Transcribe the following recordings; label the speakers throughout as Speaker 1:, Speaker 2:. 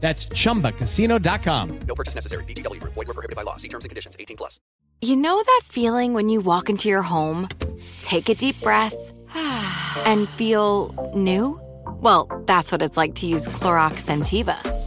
Speaker 1: That's chumbacasino.com.
Speaker 2: No purchase necessary. VGW Group. Void were prohibited by law. See terms and conditions. 18 plus.
Speaker 3: You know that feeling when you walk into your home, take a deep breath, and feel new? Well, that's what it's like to use Clorox Sentiva.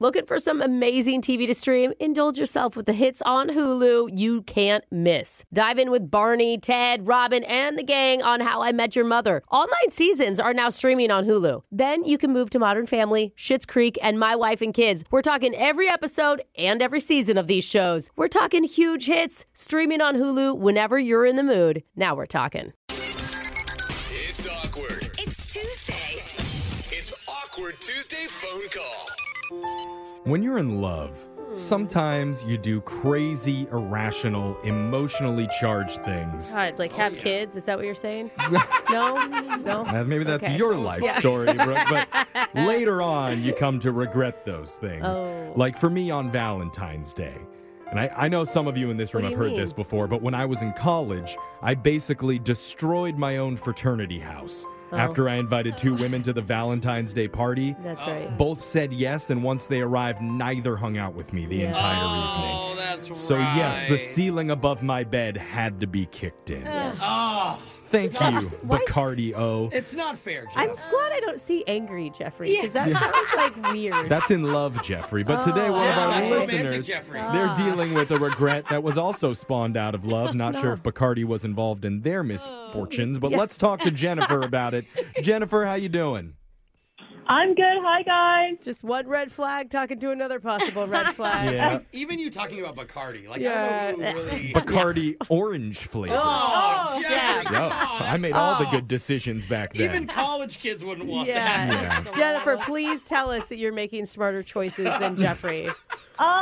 Speaker 4: Looking for some amazing TV to stream? Indulge yourself with the hits on Hulu you can't miss. Dive in with Barney, Ted, Robin, and the gang on How I Met Your Mother. All nine seasons are now streaming on Hulu. Then you can move to Modern Family, Schitt's Creek, and My Wife and Kids. We're talking every episode and every season of these shows. We're talking huge hits, streaming on Hulu whenever you're in the mood. Now we're talking.
Speaker 5: It's awkward.
Speaker 6: It's Tuesday.
Speaker 5: It's awkward Tuesday phone call.
Speaker 7: When you're in love, sometimes you do crazy, irrational, emotionally charged things.
Speaker 4: God, like have kids? Is that what you're saying? no, no.
Speaker 7: Uh, Maybe that's
Speaker 4: Okay.
Speaker 7: your life story, Brooke, but later on you come to regret those things.
Speaker 4: Oh.
Speaker 7: Like for me on Valentine's Day. And I, I know some of you in this room
Speaker 4: What do
Speaker 7: have
Speaker 4: you
Speaker 7: heard this
Speaker 4: mean?
Speaker 7: before, but when I was in college, I basically destroyed my own fraternity house
Speaker 4: Oh.
Speaker 7: after I invited two women to the Valentine's Day party.
Speaker 4: That's right.
Speaker 7: Both said yes, and once they arrived, neither hung out with me the
Speaker 4: Yeah.
Speaker 7: entire evening.
Speaker 8: Oh, that's
Speaker 7: So
Speaker 8: right.
Speaker 7: yes, the ceiling above my bed had to be kicked in.
Speaker 8: Oh,
Speaker 7: Thank you,
Speaker 4: why s-
Speaker 7: Bacardi O.
Speaker 8: it's not fair, Jeff.
Speaker 4: I'm glad I don't see angry Jeffrey because that sounds like weird.
Speaker 7: That's in love, Jeffrey. But today,
Speaker 4: Oh,
Speaker 7: one
Speaker 4: Yeah,
Speaker 7: of our
Speaker 4: that's
Speaker 8: romantic,
Speaker 7: listeners,
Speaker 8: Jeffrey.
Speaker 4: Ah.
Speaker 7: they're dealing with a regret that was also spawned out of love. Not sure if Bacardi was involved in their misfortunes, but let's talk to Jennifer about it. Jennifer, how you doing?
Speaker 9: I'm good. Hi, guys.
Speaker 4: Just one red flag talking to another possible red flag.
Speaker 7: Yeah,
Speaker 8: Even you talking about Bacardi, like I don't know
Speaker 7: Yeah.
Speaker 8: who really.
Speaker 7: Bacardi orange flavor.
Speaker 8: oh, Jeff,
Speaker 4: Jeff.
Speaker 8: come
Speaker 7: Yo,
Speaker 8: on,
Speaker 7: I
Speaker 8: that's-
Speaker 7: made all
Speaker 4: Oh.
Speaker 7: the good decisions back then.
Speaker 8: Even college kids wouldn't want
Speaker 4: Yeah.
Speaker 8: that.
Speaker 7: Yeah.
Speaker 4: Jennifer, please tell us that you're making smarter choices than Jeffrey.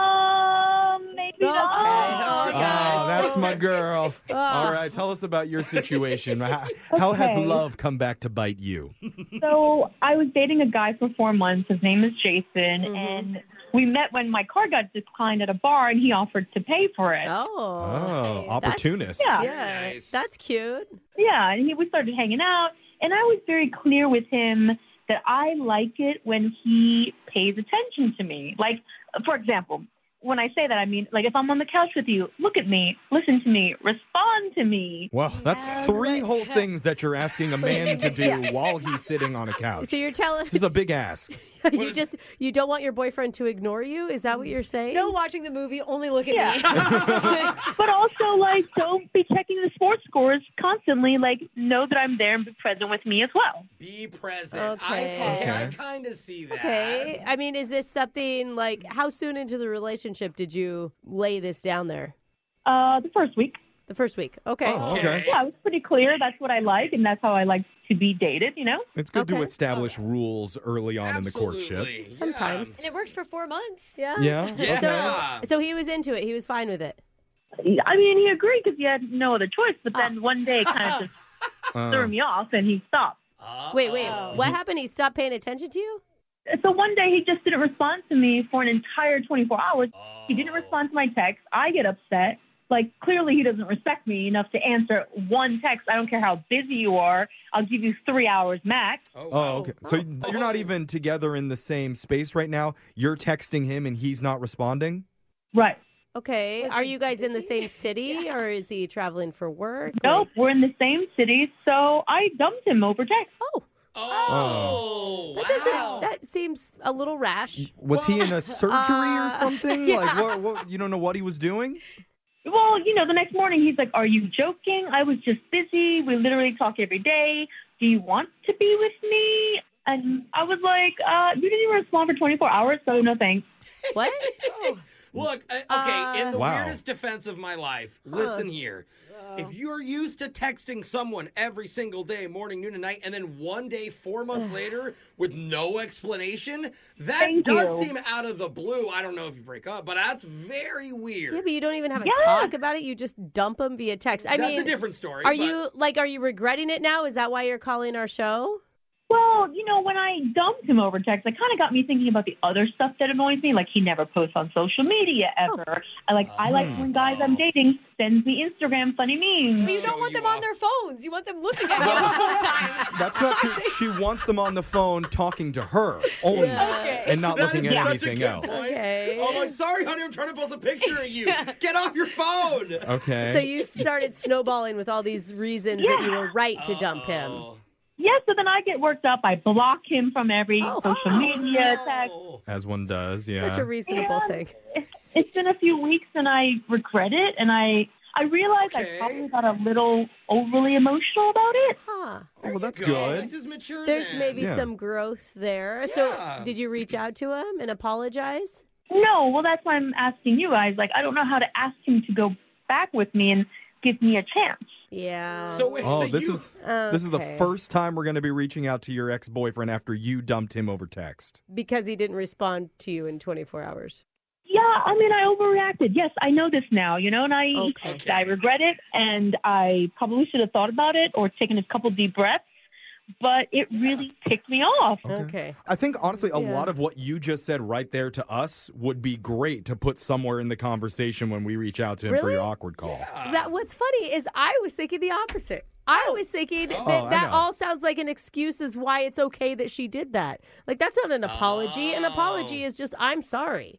Speaker 9: Um, maybe
Speaker 8: Oh,
Speaker 4: Okay.
Speaker 9: not.
Speaker 7: Oh, that's my girl.
Speaker 4: Ah.
Speaker 7: All right, tell us about your situation. How, how has
Speaker 9: Okay.
Speaker 7: love come back to bite you?
Speaker 9: So I was dating a guy for four months. His name is Jason,
Speaker 4: Mm-hmm.
Speaker 9: and we met when my car got declined at a bar, and he offered to pay for it.
Speaker 4: Oh,
Speaker 7: Oh,
Speaker 4: nice.
Speaker 7: opportunist.
Speaker 9: yeah.
Speaker 4: That's, yeah,
Speaker 8: Nice.
Speaker 4: that's cute.
Speaker 9: Yeah, and he, we started hanging out, and I was very clear with him that I like it when he pays attention to me. Like, for example, when I say that, I mean like if I'm on the couch with you, look at me, listen to me, respond to me.
Speaker 7: Well, that's three whole things that you're asking a man to do while he's sitting on a couch.
Speaker 4: So you're telling
Speaker 7: this is a big ask.
Speaker 4: you just you don't want your boyfriend to ignore you? Is that what you're saying?
Speaker 10: No watching the movie, only look at me.
Speaker 9: But also, like, don't be checking the sports scores constantly. Like, know that I'm there and be present with me as well.
Speaker 8: Be present. I,
Speaker 4: Okay.
Speaker 8: okay, I
Speaker 7: Okay.
Speaker 8: kind of see that.
Speaker 4: Okay. I mean, is this something like how soon into the relationship did you lay this down there?
Speaker 9: Uh, the first week,
Speaker 4: The first week. Okay.
Speaker 7: Oh, okay.
Speaker 9: yeah, it was pretty clear. That's what I like, and that's how I like to be dated. You know?
Speaker 7: It's good to
Speaker 4: Okay.
Speaker 7: establish rules early on
Speaker 8: Absolutely.
Speaker 7: in the courtship.
Speaker 8: yeah.
Speaker 4: Sometimes.
Speaker 10: and it worked for four months.
Speaker 4: Yeah.
Speaker 7: Yeah.
Speaker 8: Yeah.
Speaker 4: So he was into it. He was fine with it.
Speaker 9: I mean, he agreed because he had no other choice. But then one day, it kind of just threw
Speaker 7: Um,
Speaker 9: me off, and he stopped.
Speaker 4: Wait, wait.
Speaker 8: Oh.
Speaker 4: What happened? He stopped paying attention to you?
Speaker 9: So one day, he just didn't respond to me for an entire 24 hours. He didn't respond to my text. I get upset. Like, clearly he doesn't respect me enough to answer one text. I don't care how busy you are. I'll give you three hours max.
Speaker 7: Oh, okay. So you're not even together in the same space right now. You're texting him and he's not responding?
Speaker 9: Right.
Speaker 4: Okay. Are you guys in the same city or is he traveling for work?
Speaker 9: Nope, we're in the same city, so I dumped him over text.
Speaker 4: Oh.
Speaker 7: Oh.
Speaker 4: That doesn't that seems a little rash.
Speaker 7: Was he in a surgery or
Speaker 4: Uh,
Speaker 7: something?
Speaker 4: yeah.
Speaker 7: Like, what, what, you don't know what he was doing?
Speaker 9: Well, you know, the next morning he's like, Are you joking? I was just busy. We literally talk every day. Do you want to be with me? And I was like, uh, You didn't even respond for 24 hours, so no thanks.
Speaker 4: What?
Speaker 8: Look, uh, okay, in the
Speaker 7: Wow.
Speaker 8: weirdest defense of my life, listen here. If you're used to texting someone every single day, morning, noon, and night, and then one day, four months later, with no explanation, that
Speaker 9: Thank
Speaker 8: does
Speaker 9: you.
Speaker 8: seem out of the blue. I don't know if you break up, but that's very weird.
Speaker 4: Yeah, but you don't even have a
Speaker 9: Yeah.
Speaker 4: talk about it. You just dump him via text. I
Speaker 8: that's
Speaker 4: mean,
Speaker 8: a different story.
Speaker 4: are
Speaker 8: but-
Speaker 4: you like are you regretting it now? Is that why you're calling our show?
Speaker 9: Well, you know, when I dumped him over text, it kind of got me thinking about the other stuff that annoys me. Like he never posts on social media ever. I like I like when guys I'm dating send me Instagram funny memes.
Speaker 10: But you don't
Speaker 8: Show
Speaker 10: want
Speaker 8: you
Speaker 10: them on
Speaker 8: off.
Speaker 10: their phones. You want them looking at you all the time.
Speaker 7: That's not true. She wants them on the phone talking to her only
Speaker 10: Okay.
Speaker 7: and not
Speaker 8: That
Speaker 7: looking
Speaker 8: is
Speaker 7: at
Speaker 8: such a
Speaker 7: anything
Speaker 8: good
Speaker 7: else.
Speaker 8: point.
Speaker 4: Okay.
Speaker 8: Oh, I'm sorry, honey. I'm trying to post a picture of you. Get off your phone.
Speaker 7: Okay.
Speaker 4: So you started snowballing with all these reasons that you were right to dump him.
Speaker 8: Oh.
Speaker 9: Yeah, so then I get worked up. I block him from every social media text.
Speaker 8: Oh.
Speaker 7: As one does, yeah.
Speaker 4: Such a reasonable
Speaker 9: Yeah.
Speaker 4: thing.
Speaker 9: It's been a few weeks and I regret it and I I realize
Speaker 8: Okay.
Speaker 9: I probably got a little overly emotional about it.
Speaker 4: Huh.
Speaker 7: oh, well, that's
Speaker 8: Go.
Speaker 7: good.
Speaker 8: This is mature.
Speaker 4: There's
Speaker 8: then.
Speaker 4: maybe
Speaker 7: Yeah.
Speaker 4: some growth there.
Speaker 8: Yeah.
Speaker 4: So did you reach out to him and apologize?
Speaker 9: No, well that's why I'm asking you guys. Like I don't know how to ask him to go back with me and give me a chance.
Speaker 4: Yeah.
Speaker 8: So, wait,
Speaker 7: Oh,
Speaker 8: so
Speaker 7: this
Speaker 8: you-
Speaker 7: is this is the
Speaker 4: Okay.
Speaker 7: first time we're going to be reaching out to your ex boyfriend after you dumped him over text.
Speaker 4: because he didn't respond to you in 24 hours.
Speaker 9: Yeah, I mean, I overreacted. Yes, I know this now, you know, and I
Speaker 4: Okay.
Speaker 8: Okay.
Speaker 9: I regret it, and I probably should have thought about it or taken a couple deep breaths, but it really ticked me off.
Speaker 4: Okay.
Speaker 7: I think honestly, a
Speaker 4: Yeah.
Speaker 7: lot of what you just said right there to us would be great to put somewhere in the conversation when we reach out to him for
Speaker 4: Really?
Speaker 7: your awkward call.
Speaker 4: That what's funny is I was thinking the opposite. I was thinking
Speaker 7: Oh. I
Speaker 4: that that
Speaker 7: know.
Speaker 4: all sounds like an excuse as why it's okay that she did that. Like that's not an apology. An apology
Speaker 7: Oh.
Speaker 4: is just I'm sorry.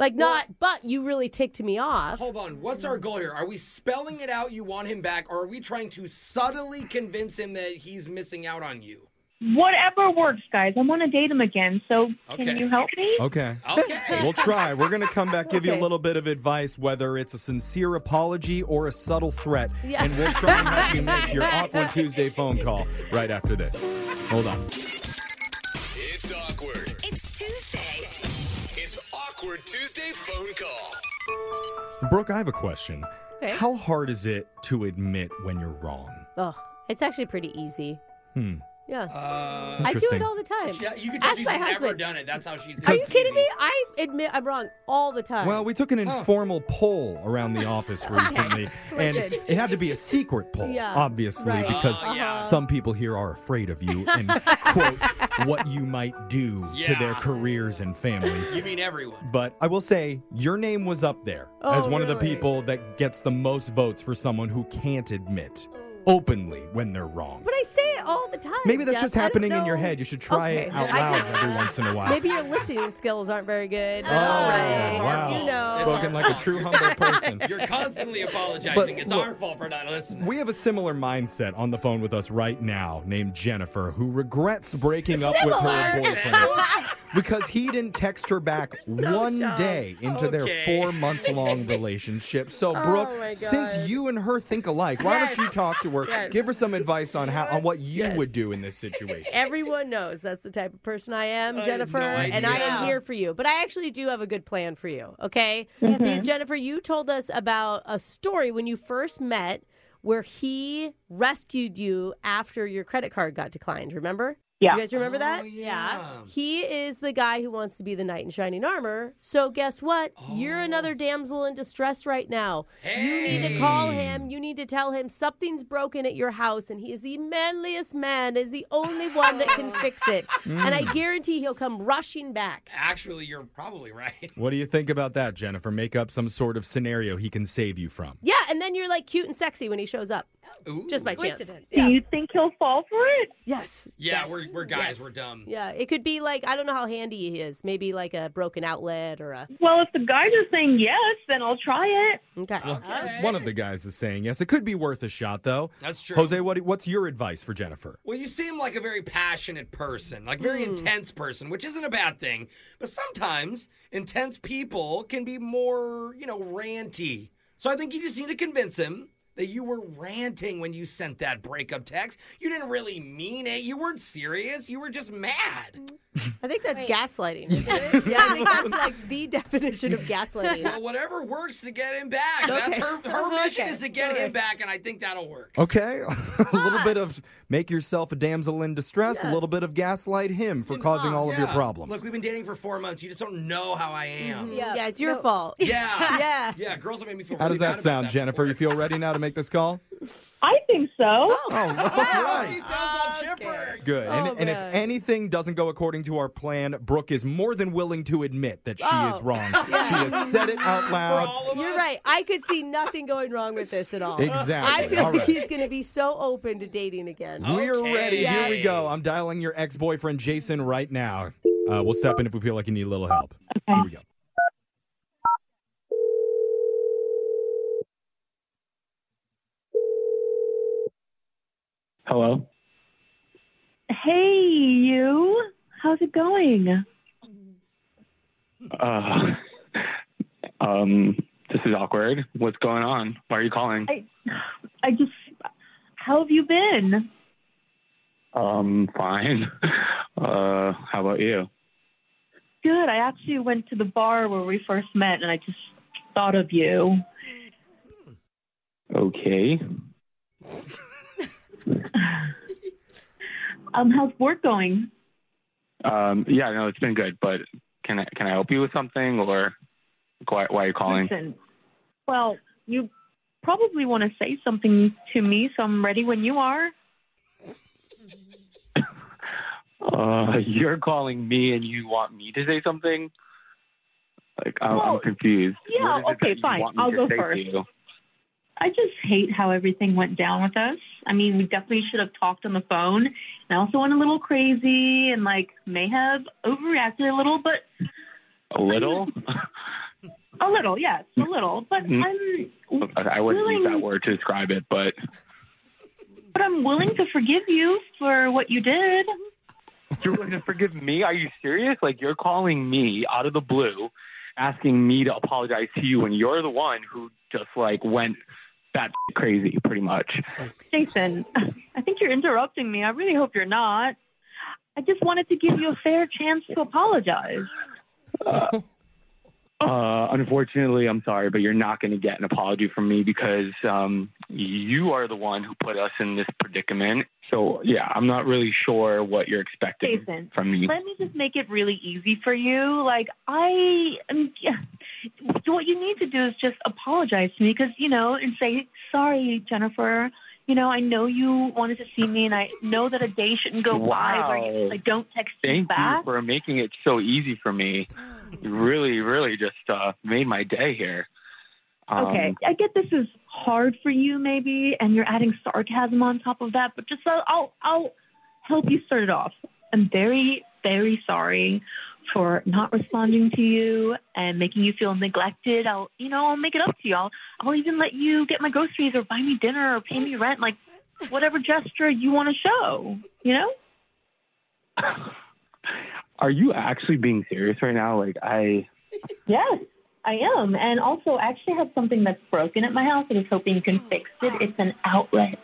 Speaker 4: Like not but you really ticked me off.
Speaker 8: Hold on. What's our goal here? Are we spelling it out? You want him back, or are we trying to subtly convince him that he's missing out on you?
Speaker 9: Whatever works, guys. I want to date him again, so can
Speaker 8: Okay.
Speaker 9: you help me?
Speaker 7: Okay.
Speaker 8: Okay.
Speaker 7: We'll try. We're going to come back, give you a
Speaker 4: Okay.
Speaker 7: little bit of advice, whether it's a sincere apology or a subtle threat.
Speaker 4: Yeah.
Speaker 7: And we'll try and help you make your awkward Tuesday phone call right after this. Hold on.
Speaker 5: It's awkward.
Speaker 10: It's Tuesday.
Speaker 5: It's awkward Tuesday phone call.
Speaker 7: Brooke, I have a question.
Speaker 4: Okay.
Speaker 7: How hard is it to admit when you're wrong?
Speaker 4: Oh, it's actually pretty easy.
Speaker 7: Hmm.
Speaker 4: Yeah.
Speaker 8: Uh,
Speaker 4: I do it
Speaker 7: Interesting.
Speaker 4: all the time.
Speaker 8: yeah, you can tell
Speaker 4: Ask
Speaker 8: she's
Speaker 4: my
Speaker 8: never
Speaker 4: husband.
Speaker 8: done it. That's how she's.
Speaker 4: Are you kidding me? I admit I'm wrong all the time.
Speaker 7: Well, we took an informal poll around the office recently,
Speaker 4: We
Speaker 7: and
Speaker 4: did.
Speaker 7: it had to be a secret poll,
Speaker 4: Yeah,
Speaker 7: obviously,
Speaker 4: right. Uh-huh.
Speaker 7: because
Speaker 8: Oh, yeah.
Speaker 7: some people here are afraid of you and quote what you might do to their
Speaker 8: Yeah.
Speaker 7: careers and families.
Speaker 8: You mean everyone?
Speaker 7: But I will say, your name was up there
Speaker 4: Oh,
Speaker 7: as one of the
Speaker 4: really?
Speaker 7: people that gets the most votes for someone who can't admit openly when they're wrong.
Speaker 4: Oh. but I say it all the time.
Speaker 7: Maybe that's
Speaker 4: Jeff.
Speaker 7: just
Speaker 4: I don't
Speaker 7: happening in your
Speaker 4: know.
Speaker 7: head. You should try it
Speaker 4: Okay.
Speaker 7: out
Speaker 4: I
Speaker 7: loud
Speaker 4: just-
Speaker 7: every once in a while.
Speaker 4: Maybe your listening skills aren't very good.
Speaker 7: Oh,
Speaker 4: Right.
Speaker 7: wow.
Speaker 4: You know.
Speaker 7: Spoken like a true humble person.
Speaker 8: You're constantly apologizing.
Speaker 7: But
Speaker 8: it's
Speaker 7: look-
Speaker 8: our fault for not listening.
Speaker 7: We have a similar mindset on the phone with us right now, named Jennifer, who regrets breaking up with her
Speaker 4: Similar?
Speaker 7: boyfriend because he didn't text her back one day into their
Speaker 8: Okay.
Speaker 7: four month long relationship. So, Brooke,
Speaker 4: Oh my
Speaker 7: since
Speaker 4: God.
Speaker 7: you and her think alike, why don't you talk to her? Give her some advice on how on what you
Speaker 4: Yes.
Speaker 7: would do in this situation.
Speaker 4: Everyone knows that's the type of person I am,
Speaker 8: have
Speaker 4: Jennifer,
Speaker 8: no
Speaker 4: and I am
Speaker 8: idea.
Speaker 4: here for you. But I actually do have a good plan for you, okay? Because, Jennifer, you told us about a story when you first met where he rescued you after your credit card got declined, remember?
Speaker 9: Yeah.
Speaker 4: You guys remember that?
Speaker 8: yeah.
Speaker 4: He is the guy who wants to be the knight in shining armor. So guess what? You're another damsel in distress right now. You need to call him. You need to tell him something's broken at your house, and he is the manliest man. Is the only one that can fix it. And I guarantee he'll come rushing back.
Speaker 8: Actually, you're probably right.
Speaker 7: What do you think about that, Jennifer? Make up some sort of scenario he can save you from.
Speaker 4: Yeah, And then you're like cute and sexy when he shows up. Just by chance.
Speaker 9: Do you think he'll fall for it?
Speaker 4: Yes.
Speaker 8: Yeah,
Speaker 4: Yes.
Speaker 8: we're, we're guys.
Speaker 4: Yes.
Speaker 8: We're dumb.
Speaker 4: Yeah, it could be like I don't know how handy he is. Maybe like a broken outlet or a
Speaker 9: Well, if the guys are saying yes, then I'll try it.
Speaker 4: okay.
Speaker 7: Oh. One of the guys is saying yes. It could be worth a shot, though.
Speaker 8: That's true.
Speaker 7: Jose, what, what's your advice for Jennifer?
Speaker 8: Well, you seem like a very passionate person, like very intense person, which isn't a bad thing. But sometimes intense people can be more, you know, ranty. So I think you just need to convince him that you were ranting when you sent that breakup text. You didn't really mean it. You weren't serious. You were just mad.
Speaker 4: I think that's gaslighting. yeah, I think that's like the definition of gaslighting.
Speaker 8: Well, whatever works to get him back. That's her her mission is to get him back, and I think that'll work.
Speaker 7: Okay. a little bit of make yourself a damsel in distress, a little bit of gaslight him for causing all of your
Speaker 8: Yeah.
Speaker 7: problems.
Speaker 8: Look, we've been dating for four months. You just don't know how I am.
Speaker 10: Yeah.
Speaker 4: Yeah, it's your fault.
Speaker 8: Yeah.
Speaker 4: Mm-hmm. Yeah.
Speaker 8: Yeah, girls have made me feel
Speaker 7: How
Speaker 8: really
Speaker 7: does
Speaker 8: bad
Speaker 7: that
Speaker 8: about
Speaker 7: sound,
Speaker 8: that
Speaker 7: Jennifer? You feel ready now to make this call?
Speaker 9: I think so.
Speaker 7: Oh, all right.
Speaker 8: sounds all chipper.
Speaker 7: Good.
Speaker 4: Oh,
Speaker 7: and, and if
Speaker 4: man.
Speaker 7: anything doesn't go according to our plan, Brooke is more than willing to admit that she is
Speaker 4: Oh.
Speaker 7: wrong. She has said it out
Speaker 8: For
Speaker 7: loud.
Speaker 8: all of
Speaker 4: You're
Speaker 8: us.
Speaker 4: right. I could see nothing going wrong with this at all.
Speaker 7: Exactly.
Speaker 4: I feel
Speaker 7: All
Speaker 4: like
Speaker 7: right. Oh,
Speaker 4: he's going to be so open to dating again.
Speaker 7: We are
Speaker 8: Okay.
Speaker 7: ready. Here we go. I'm dialing your ex boyfriend, Jason, right now. Uh, we'll step in if we feel like you need a little help. Here we go.
Speaker 6: Hello.
Speaker 9: Hey, you. How's it going?
Speaker 6: Uh, um, this is awkward. What's going on? Why are you calling?
Speaker 9: I, I just. How have you been?
Speaker 6: Um, fine. Uh, how about you?
Speaker 9: Good. I actually went to the bar where we first met, and I just thought of you.
Speaker 6: Okay.
Speaker 9: Um, how's work going?
Speaker 6: Um, yeah, no, it's been good. But can I can I help you with something or why why are you calling?
Speaker 9: Listen, well, you probably want to say something to me, so I'm ready when you are.
Speaker 6: Uh, you're calling me and you want me to say something? Like I'm,
Speaker 9: Well,
Speaker 6: I'm confused. What
Speaker 9: yeah,
Speaker 6: is it
Speaker 9: okay,
Speaker 6: that you
Speaker 9: fine.
Speaker 6: want me
Speaker 9: I'll
Speaker 6: to
Speaker 9: go
Speaker 6: say to
Speaker 9: first.
Speaker 6: you?
Speaker 9: I just hate how everything went down with us. I mean, we definitely should have talked on the phone. And I also went a little crazy and like may have overreacted a little, but
Speaker 6: A little?
Speaker 9: a little, yes, a little. But
Speaker 6: Mm.
Speaker 9: I'm
Speaker 6: I wouldn't use that
Speaker 9: willing-
Speaker 6: word to describe it, but
Speaker 9: but I'm willing to forgive you for what you did.
Speaker 6: You're going to forgive me? Are you serious? Like you're calling me out of the blue, asking me to apologize to you when you're the one who just like went that crazy, pretty much.
Speaker 9: Jason, I think you're interrupting me. I really hope you're not. I just wanted to give you a fair chance to apologize.
Speaker 6: Uh, unfortunately, I'm sorry, but you're not going to get an apology from me because um, you are the one who put us in this predicament. So yeah, I'm not really sure what you're expecting
Speaker 9: Jason,
Speaker 6: from me.
Speaker 9: Let me just make it really easy for you. Like I, am, what you need to do is just apologize to me because you know, and say sorry, Jennifer. You know, I know you wanted to see me, and I know that a day shouldn't go by where you,
Speaker 6: Wow.
Speaker 9: I don't text you
Speaker 6: Thank you
Speaker 9: back.
Speaker 6: for making it so easy for me. You really, really just uh, made my day here. Um,
Speaker 9: okay, I get this is hard for you, maybe, and you're adding sarcasm on top of that. But just I'll I'll, I'll help you start it off. I'm very very sorry for not responding to you and making you feel neglected. I'll you know I'll make it up to you. I'll I'll even let you get my groceries or buy me dinner or pay me rent, like whatever gesture you want to show. You know.
Speaker 6: Are you actually being serious right now? Like I
Speaker 9: Yes, I am. And also, I actually have something that's broken at my house. I was hoping you can fix it. It's an outlet.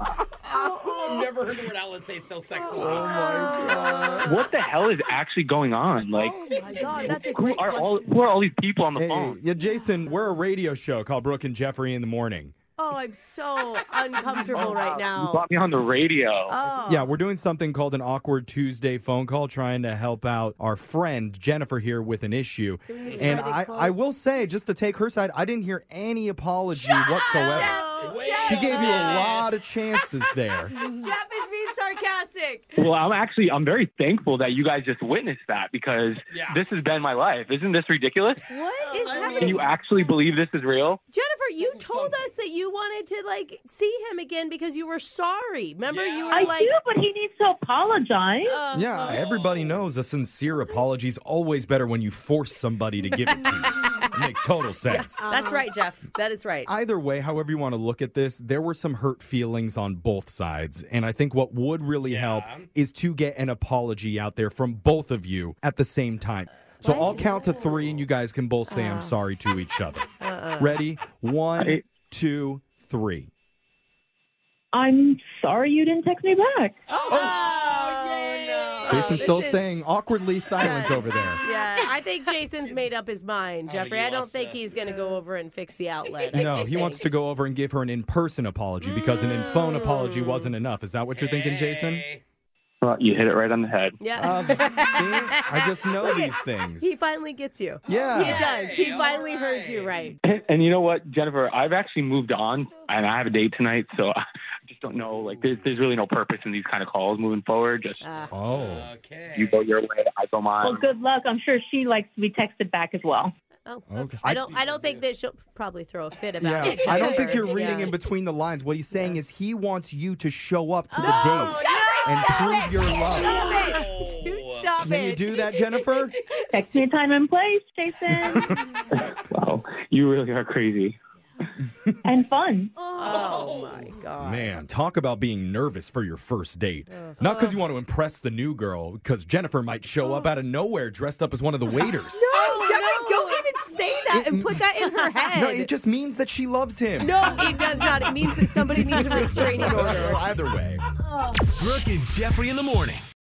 Speaker 8: I've never heard the word outlet say so Oh, sexually.
Speaker 6: what the hell is actually going on? Like
Speaker 4: Oh my God, that's a
Speaker 6: who
Speaker 4: great
Speaker 6: are all
Speaker 4: question.
Speaker 6: who are all these people on the
Speaker 7: Hey,
Speaker 6: phone?
Speaker 7: yeah, Jason, we're a radio show called Brooke and Jeffrey in the Morning.
Speaker 4: Oh, I'm so uncomfortable right
Speaker 6: You
Speaker 4: now.
Speaker 6: bought me on the radio.
Speaker 4: Oh.
Speaker 7: Yeah, we're doing something called an awkward Tuesday phone call, trying to help out our friend Jennifer here with an issue. And I, I will say, just to take her side, I didn't hear any apology whatsoever.
Speaker 8: Wait
Speaker 7: She gave you a
Speaker 8: minute.
Speaker 7: lot of chances there.
Speaker 10: Jeff is being
Speaker 4: sarcastic.
Speaker 6: Well, I'm actually I'm very thankful that you guys just witnessed that because
Speaker 4: Yeah.
Speaker 6: this has been my life. Isn't this ridiculous?
Speaker 4: What is
Speaker 6: Can
Speaker 4: happening?
Speaker 6: you actually believe this is real?
Speaker 4: Jennifer, you told us that you wanted to like see him again because you were sorry. Remember, you were
Speaker 9: I
Speaker 4: like,
Speaker 9: do, but he needs to apologize.
Speaker 11: Uh,
Speaker 7: Yeah, everybody
Speaker 4: Uh-huh.
Speaker 7: knows a sincere apology is always better when you force somebody to give it to you. It makes total sense.
Speaker 9: Uh-huh.
Speaker 4: "That's right, Jeff. That is right."
Speaker 7: Either way, however you want to look at this, there were some hurt feelings on both sides. And I think what would really help is to get an apology out there from both of you at the same time. So I'll count to three and you guys can both say
Speaker 4: Uh.
Speaker 7: I'm sorry to each other.
Speaker 9: Uh-uh.
Speaker 7: Ready? One, two, three.
Speaker 9: I'm sorry you didn't text me back.
Speaker 7: Jason's still
Speaker 4: Oh, this is-
Speaker 7: saying awkwardly silent over there.
Speaker 4: Yeah, I think Jason's made up his mind, Jeffrey.
Speaker 7: Oh, you
Speaker 4: I don't
Speaker 7: lost
Speaker 4: think he's going to go over and fix the outlet. I
Speaker 7: No, he
Speaker 4: think.
Speaker 7: wants to go over and give her an in person apology because an in phone
Speaker 4: Mm.
Speaker 7: apology wasn't enough. Is that what you're thinking, Jason?
Speaker 6: Well, you hit it right on the head.
Speaker 4: Yeah.
Speaker 7: I just know these things.
Speaker 4: He finally gets you.
Speaker 7: Yeah.
Speaker 4: He does. He finally heard you right.
Speaker 6: And, and you know what, Jennifer, I've actually moved on, and I have a date tonight, so I just don't know. Like, there's there's really no purpose in these kind of calls moving forward. Just
Speaker 7: oh,
Speaker 6: okay. You go your way, I go mine.
Speaker 9: Ah. Well, good luck. I'm sure she likes to be texted back as well.
Speaker 4: Oh,
Speaker 7: Okay.
Speaker 4: I don't. I don't think that she'll probably throw a fit about
Speaker 7: Yeah,
Speaker 4: it.
Speaker 7: I don't think
Speaker 4: Jennifer.
Speaker 7: you're reading
Speaker 4: Yeah.
Speaker 7: in between the lines. What he's saying is he wants you to show up to the date and prove your love.
Speaker 4: Stop it! You stop
Speaker 7: Can you
Speaker 4: it!
Speaker 7: do that, Jennifer?
Speaker 9: Text me a time and place, Jason,
Speaker 6: Wow, you really are crazy.
Speaker 9: and fun.
Speaker 4: Oh my god!
Speaker 7: Man, talk about being nervous for your first date. Not because you want to impress the new girl, because Jennifer might show up out of nowhere dressed up as one of the waiters.
Speaker 4: No, Jeffrey, don't even say that and put that in her head.
Speaker 7: Oh, No, it just means that she loves him.
Speaker 4: No, it does not. It means that somebody needs a restraining order.
Speaker 7: Either way.
Speaker 5: Brooke and Jeffrey in the morning.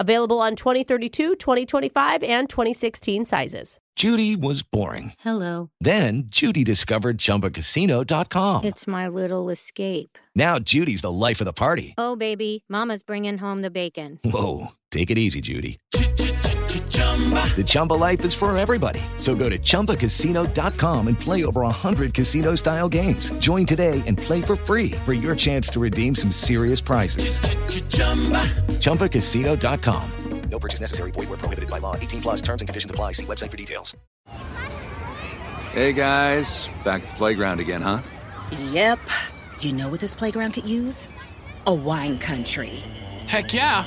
Speaker 4: Available on 2032, 2025, and 2016 sizes.
Speaker 5: Judy was boring.
Speaker 11: Hello.
Speaker 5: Then Judy discovered ChumbaCasino.com.
Speaker 11: It's my little escape.
Speaker 5: Now Judy's the life of the party.
Speaker 11: Oh, baby, Mama's bringing home the bacon.
Speaker 5: Whoa, take it easy, Judy. The Chumba life is for everybody. So go to ChumbaCasino.com and play over 100 casino style games. Join today and play for free for your chance to redeem some serious prizes. ChumbaCasino.com. No purchase necessary. Void where prohibited by law. 18 plus terms and conditions apply. See website for details.
Speaker 12: Hey guys, back at the playground again, huh?
Speaker 13: Yep. You know what this playground could use? A wine country.
Speaker 14: Heck yeah,